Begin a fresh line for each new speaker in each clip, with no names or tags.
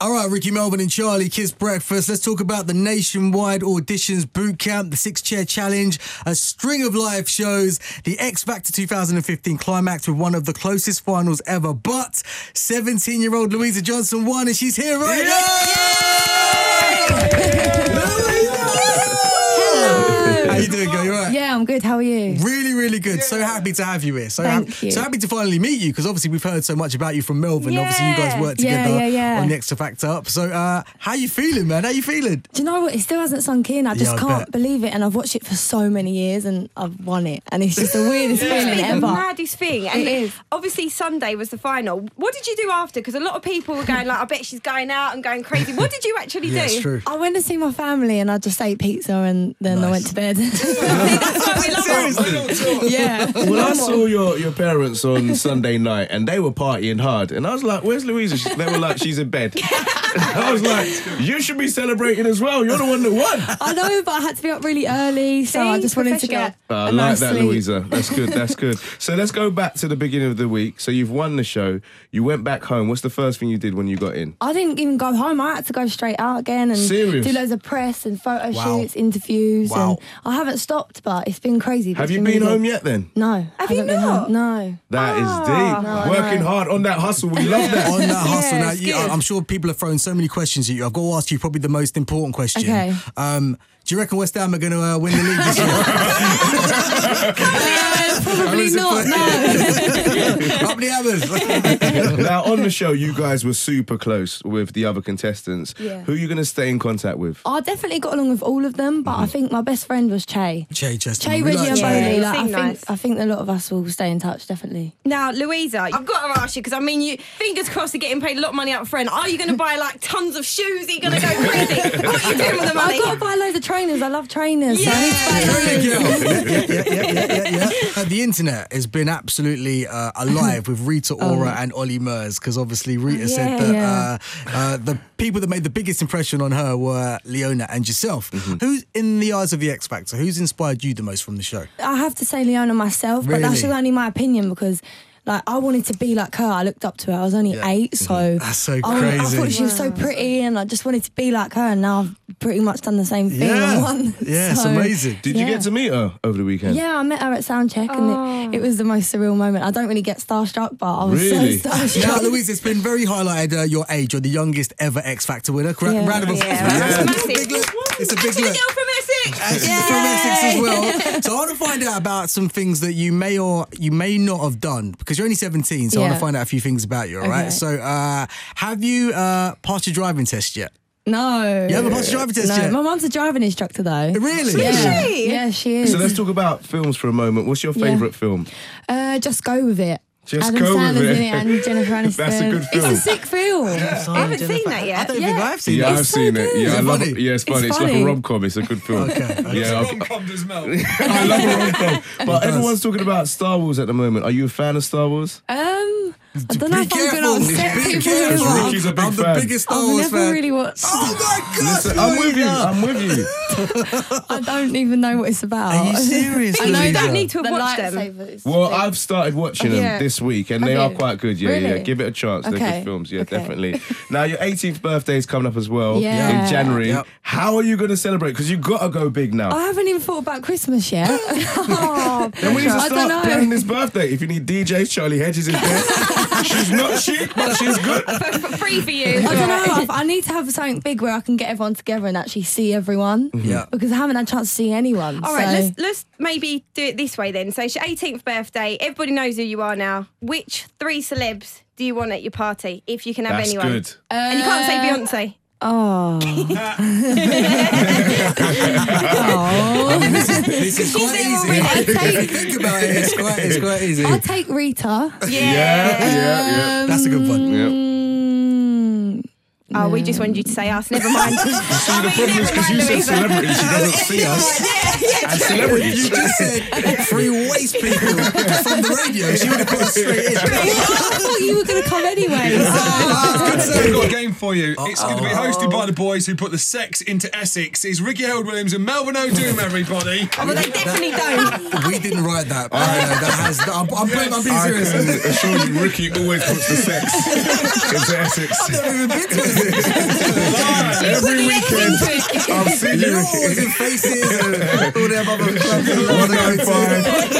All right, Ricky Melvin and Charlie, Kiss Breakfast. Let's talk about the nationwide auditions boot camp, the six chair challenge, a string of live shows, the X Factor 2015 climax with one of the closest finals ever. But 17 year old Louisa Johnson won, and she's here right now. How you doing, girl? You all right?
Yeah, I'm good. How are you?
Really, really good. So happy to have you here. So,
Thank
hap-
you.
so happy to finally meet you because obviously we've heard so much about you from Melbourne. Obviously, you guys
Yeah.
work
Yeah,
together
yeah, yeah.
on the Extra Factor Up. So, uh, how you feeling, man? How you feeling?
Do you know what? It still hasn't sunk in. I just
I
can't
bet.
believe it. And I've watched it for so many years and I've won it. And it's just the weirdest
It's
feeling
been the
ever.
maddest thing. And
It is.
Obviously, Sunday was the final. What did you do after? Because a lot of people were going like, "I bet she's going out and going crazy." What did you actually
Yeah,
do?
it's true.
I went to see my family and I just ate pizza and then I went to bed.
That's why we love her.
yeah.
Well, I saw your, your parents on Sunday night and they were partying hard. And I was like, where's Louisa? She- They were like, she's in bed. I was like, you should be celebrating as well. You're the one that won.
I know, but I had to be up really early, so
See,
I just wanted to get.
Oh, I
a
like
nice
that,
sleep.
Louisa. That's good. That's good. So let's go back to the beginning of the week. So you've won the show. You went back home. What's the first thing you did when you got in?
I didn't even go home. I had to go straight out again and
Serious?
do loads of press and photo
Wow.
shoots, interviews.
Wow.
And I haven't stopped, but it's been crazy. but
Have
it's
you
really
been
good.
home yet then?
No.
Have
I
you
haven't been
not?
home. No.
That is deep.
Ah, No,
Working
no.
hard on that hustle. We love that.
on that hustle. Now,
it's
you, I-
good.
I'm sure people are throwing so many questions at you. I've got to ask you probably the most important question.
Okay.
Um, do you reckon West Ham are going to uh, win the league this year?
Yeah, probably
Hammers are
not.
playing.
No.
Up the hammers.
now on the show, you guys were super close with the other contestants.
Yeah.
Who are you going to stay in contact with?
I definitely got along with all of them, but
Mm-hmm.
I think my best friend was Che.
Che Chester.
Che,
we
Reggie,
like
and
Che.
Che.
Boney.
Yeah,
Like, I
seem
think
nice.
I think a lot of us will stay in touch. Definitely.
Now, Louisa, I've got to ask you because I mean, you fingers crossed, you're getting paid a lot of money up front. Are you going to buy like tons of shoes? Are you going to go crazy? what are you doing with the money?
I gotta buy loads of trainers. I love trainers. so I need to buy
Yeah.
loads.
There you go. yeah, yeah, yeah, yeah, yeah, yeah, yeah. Uh, the internet has been absolutely uh, alive with Rita Ora and Ollie Murs because obviously Rita said
yeah.
that
Yeah.
uh, uh, the people that made the biggest impression on her were Leona and yourself. Who's in the eyes of the X Factor? Who's inspired you the most from the show?
I have to say Leona myself, but that's
Really?
just only my opinion because like I wanted to be like her. I looked up to her. I was only eight, so
Mm-hmm. That's so
I, wanted- I
crazy.
thought she was so pretty, and I just wanted to be like her. And now I've pretty much done the same thing. and won.
yeah, it's
So-
amazing.
Did you
Yeah.
get to meet her over the weekend?
Yeah, I met her at soundcheck, and it, it was the most surreal moment. I don't really get starstruck, but I was
Really?
so
Now,
starstruck.
Louise, it's been very highlighted uh, your age. You're the youngest ever X Factor winner. Correct?
Yeah.
Round of applause.
Yeah,
It's
that's
a big
massive.
look. It's a big
She's a
look.
girl from Essex.
She's from Essex as well. So I want to find out about some things that you may or you may not have done because you're only 17. So I want to
Yeah.
find out a few things about you. All right.
Okay.
So uh, have you uh, passed your driving test yet?
no,
You haven't passed your driving test
no.
yet?
My mum's a driving instructor though.
Really?
Yeah,
she?
yeah, she is.
So let's talk about films for a moment. What's your
Yeah.
favourite film?
Uh, just go with it.
Just
Adam
go with
Sandler's
it.
in it and Jennifer Aniston.
That's a good
It's
film.
a sick film.
I haven't seen that
Oh, I
yet.
don't think
Yeah.
I've seen
yeah,
that.
I've
so
seen it.
good.
Yeah,
Is
I
it
love
funny?
it. Yeah, it's funny. It's,
It's
like a
funny.
rom com. It's a good film.
okay.
Yeah, I-
Rom-com does melt.
I love a rom com. But everyone's talking about Star Wars at the moment. Are you a fan of Star Wars?
Um, I
Be
don't know if I'm
careful.
going to upset
Be
people.
careful.
Because Ricky's a big
I'm
fan.
the biggest Star
I've
Wars
never
fan.
really watched.
Oh my God!
Listen, I'm with you.
Louisa.
I'm with you.
I don't even know what it's about.
Are you serious?
I know you
Louisa?
don't need to
The
have watched them.
lightsabers.
Well, I've started watching them
Yeah.
this week, and they
Have
are
you?
quite good. Yeah, yeah.
Really?
Give it a chance. They're
Okay.
good films. Yeah,
Okay.
definitely. now your 18th birthday is coming up as well
Yeah.
in January.
Yep.
How are you going to celebrate? Because you got to go big now.
I haven't even thought about Christmas yet. oh,
Then we need to
I don't know.
start planning this birthday. If you need DJs, Charlie Hedges is there. she's not chic, but she's good.
For, for free for you.
I don't know. I I need to have something big where I can get everyone together and actually see everyone.
Mm-hmm.
Yeah.
Because I haven't had a chance to see anyone.
All right,
so-
let's let's maybe do it this way then. So it's your 18th birthday. Everybody knows who you are now. Which three celebs do you want at your party if you can have
That's
anyone?
good.
Uh,
And you can't say Beyonce.
Oh. oh.
This is quite easy.
I'll
there already.
take-
Think about it. It's quite, it's quite easy.
I'll take Rita. Um,
Yeah, yeah, yeah.
That's a good one.
yeah.
Mm,
Oh, we just wanted you to say us. Never mind.
See, the problem is because you said celebrity, she doesn't see us. and celebrities.
You just said three waste people from the radio. She would have put us straight in.
I thought you were going to come anyway. Uh,
We've got a game for you. It's going to be hosted by the boys who put the sex into Essex. It's Ricky Held Williams and Melvin O'Doom, everybody.
Oh, but they definitely don't.
We didn't write that. but I know that has. I'm, I'm, being- I'm being
I
serious.
can assure you, Ricky always puts the sex into Essex.
I've never even been to it.
Every weekend, I've seen you,
You're always
Ricky.
in faces and all them other clubs. you
One
want to go
nine
to.
five,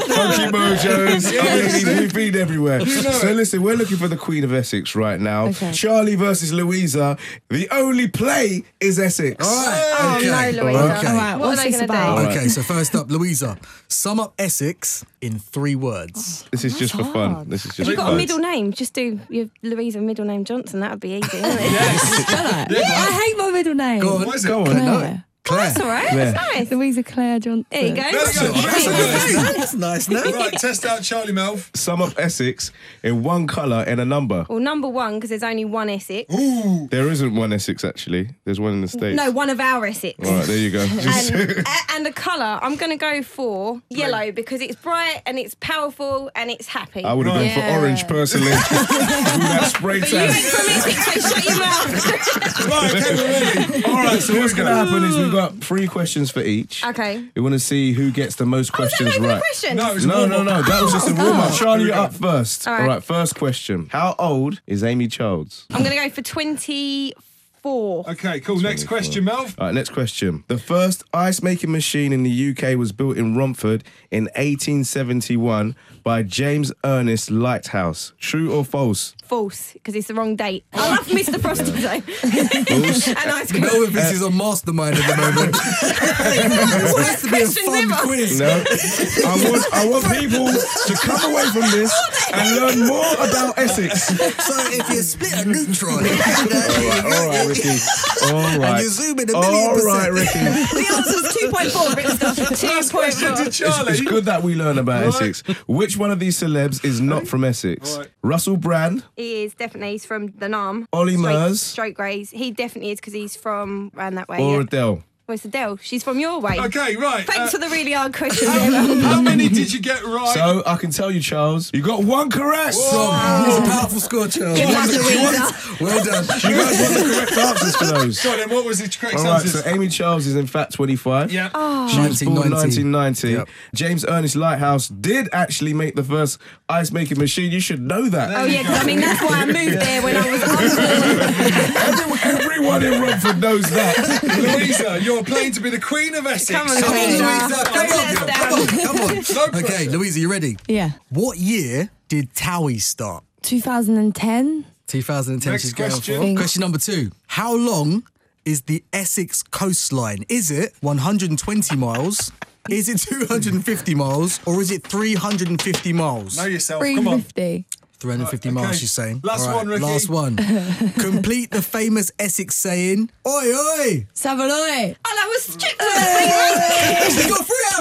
Funky Mojos. I mean, We've been everywhere. so listen, we're looking for the Queen of Essex right now.
Okay.
Charlie versus Louisa. The only play is Essex.
All right. Okay.
Oh, no, Louisa.
Okay.
All right,
What
what's
are they
this
gonna do?
about?
Okay, so first up, Louisa, sum up Essex in three words.
This is just for fun. This is just for
You've got a
fun.
middle name. Just do your Louisa middle name Johnson. That would be easy, wouldn't it?
I hate my middle name.
Go on.
What is it?
Go on. no.
Claire.
Claire.
That's all right. That's nice.
Louisa Claire Johnson.
There you go.
That's it.
That's a
That's
good name. That's nice name.
Right, test out Charlie Melv.
Sum up Essex in one colour and a number.
Well, number one, because there's only one Essex.
There isn't one Essex actually. There's one in the States.
No, one of our Essex.
All right, there you go. Just-
And, a- and the colour, I'm going to go for yellow because it's bright and it's powerful and it's happy.
I would have gone
Yeah.
for orange personally. With that spray
but you ain't
tan.
from Essex, so shut your mouth.
Right, okay, we're ready.
All right, so what's going to happen is we've got three questions for each.
Okay.
We want to see who gets the most
Was that
questions
no good
right.
question?
No, it was
No, no, no. That was
Oh,
just a warm up. Charlie,
Here we
you're
go.
up first.
All
All
right.
right. first question. How old is Amy Childs?
I'm going to go for 24.
Okay, cool. Next question, Melv.
All right, next question. The first ice making machine in the UK was built in Romford in 1871 by James Ernest Lighthouse. True or false?
False, because it's the wrong date. I love Mr. Frosty, though.
Oh. False.
and ice cream.
Melvin thinks he's on mastermind at the moment. It's supposed to be a
Questions
fun
ever.
quiz.
No. I want, I want people to come away from this and learn more about Essex.
So if you split a neutron, and
All right, Ricky. All right.
you zoom in a million
All right,
percent.
Ricky.
The answer's 2.4, Rick Scott.
Last question to
2.4.
Charlie.
It's good that we learn about
Right.
Essex. Which one of these celebs is not from Essex?
Right.
Russell Brand,
He is definitely, he's from the NAM.
Ollie
Straight-
Murs.
Straight Greys. He definitely is because he's from around that way.
or
Yeah.
Adele?
Where's Adele? She's from your way.
Okay, right.
Thanks
uh,
for the really hard question.
how many did you get right?
So I can tell you, Charles, you got one correct.
Strong. It's a powerful score, Charles. Well done. Well done.
You guys want the correct answers for those.
God, then what was the correct
All right,
answer?
so Amy Charles is in fact 25.
yeah.
Oh.
She was born
1990.
1990.
Yep.
James Ernest Lighthouse did actually make the first ice making machine. You should know that.
Oh yeah, because I mean that's why I moved there when I was up.
Everyone, everyone in Romford knows that.
Louisa, you're playing to be the Queen of Essex.
Come on,
Come on,
Louisa.
Louisa. Come on. Come on. Come on.
No pressure.
Okay, Louisa, you ready?
Yeah.
What year did Towie start?
2010.
2010.
Next
she's going
question.
for. Question number two. How long is the Essex coastline? Is it 120 miles? Is it 250 miles? Or is it 350 miles?
Know yourself. Oh, Come on.
350.
350
Right,
miles,
okay.
she's saying.
Last
All right,
one, Ricky.
Last one. Complete the famous Essex saying, Oi, oi!
Savoy.
Oh, that was stupid.
She got three out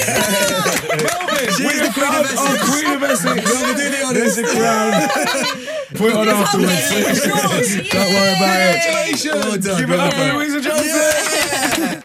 of five!
Melvin, we are
Queen of Essex. Queen of Essex.
Well, we did it on
There's
this.
a crown. Put it on afterwards.
It's yours.
Don't worry about it.
Congratulations.
Well done,
Give it
well
up for
done.
Louisa Johnson.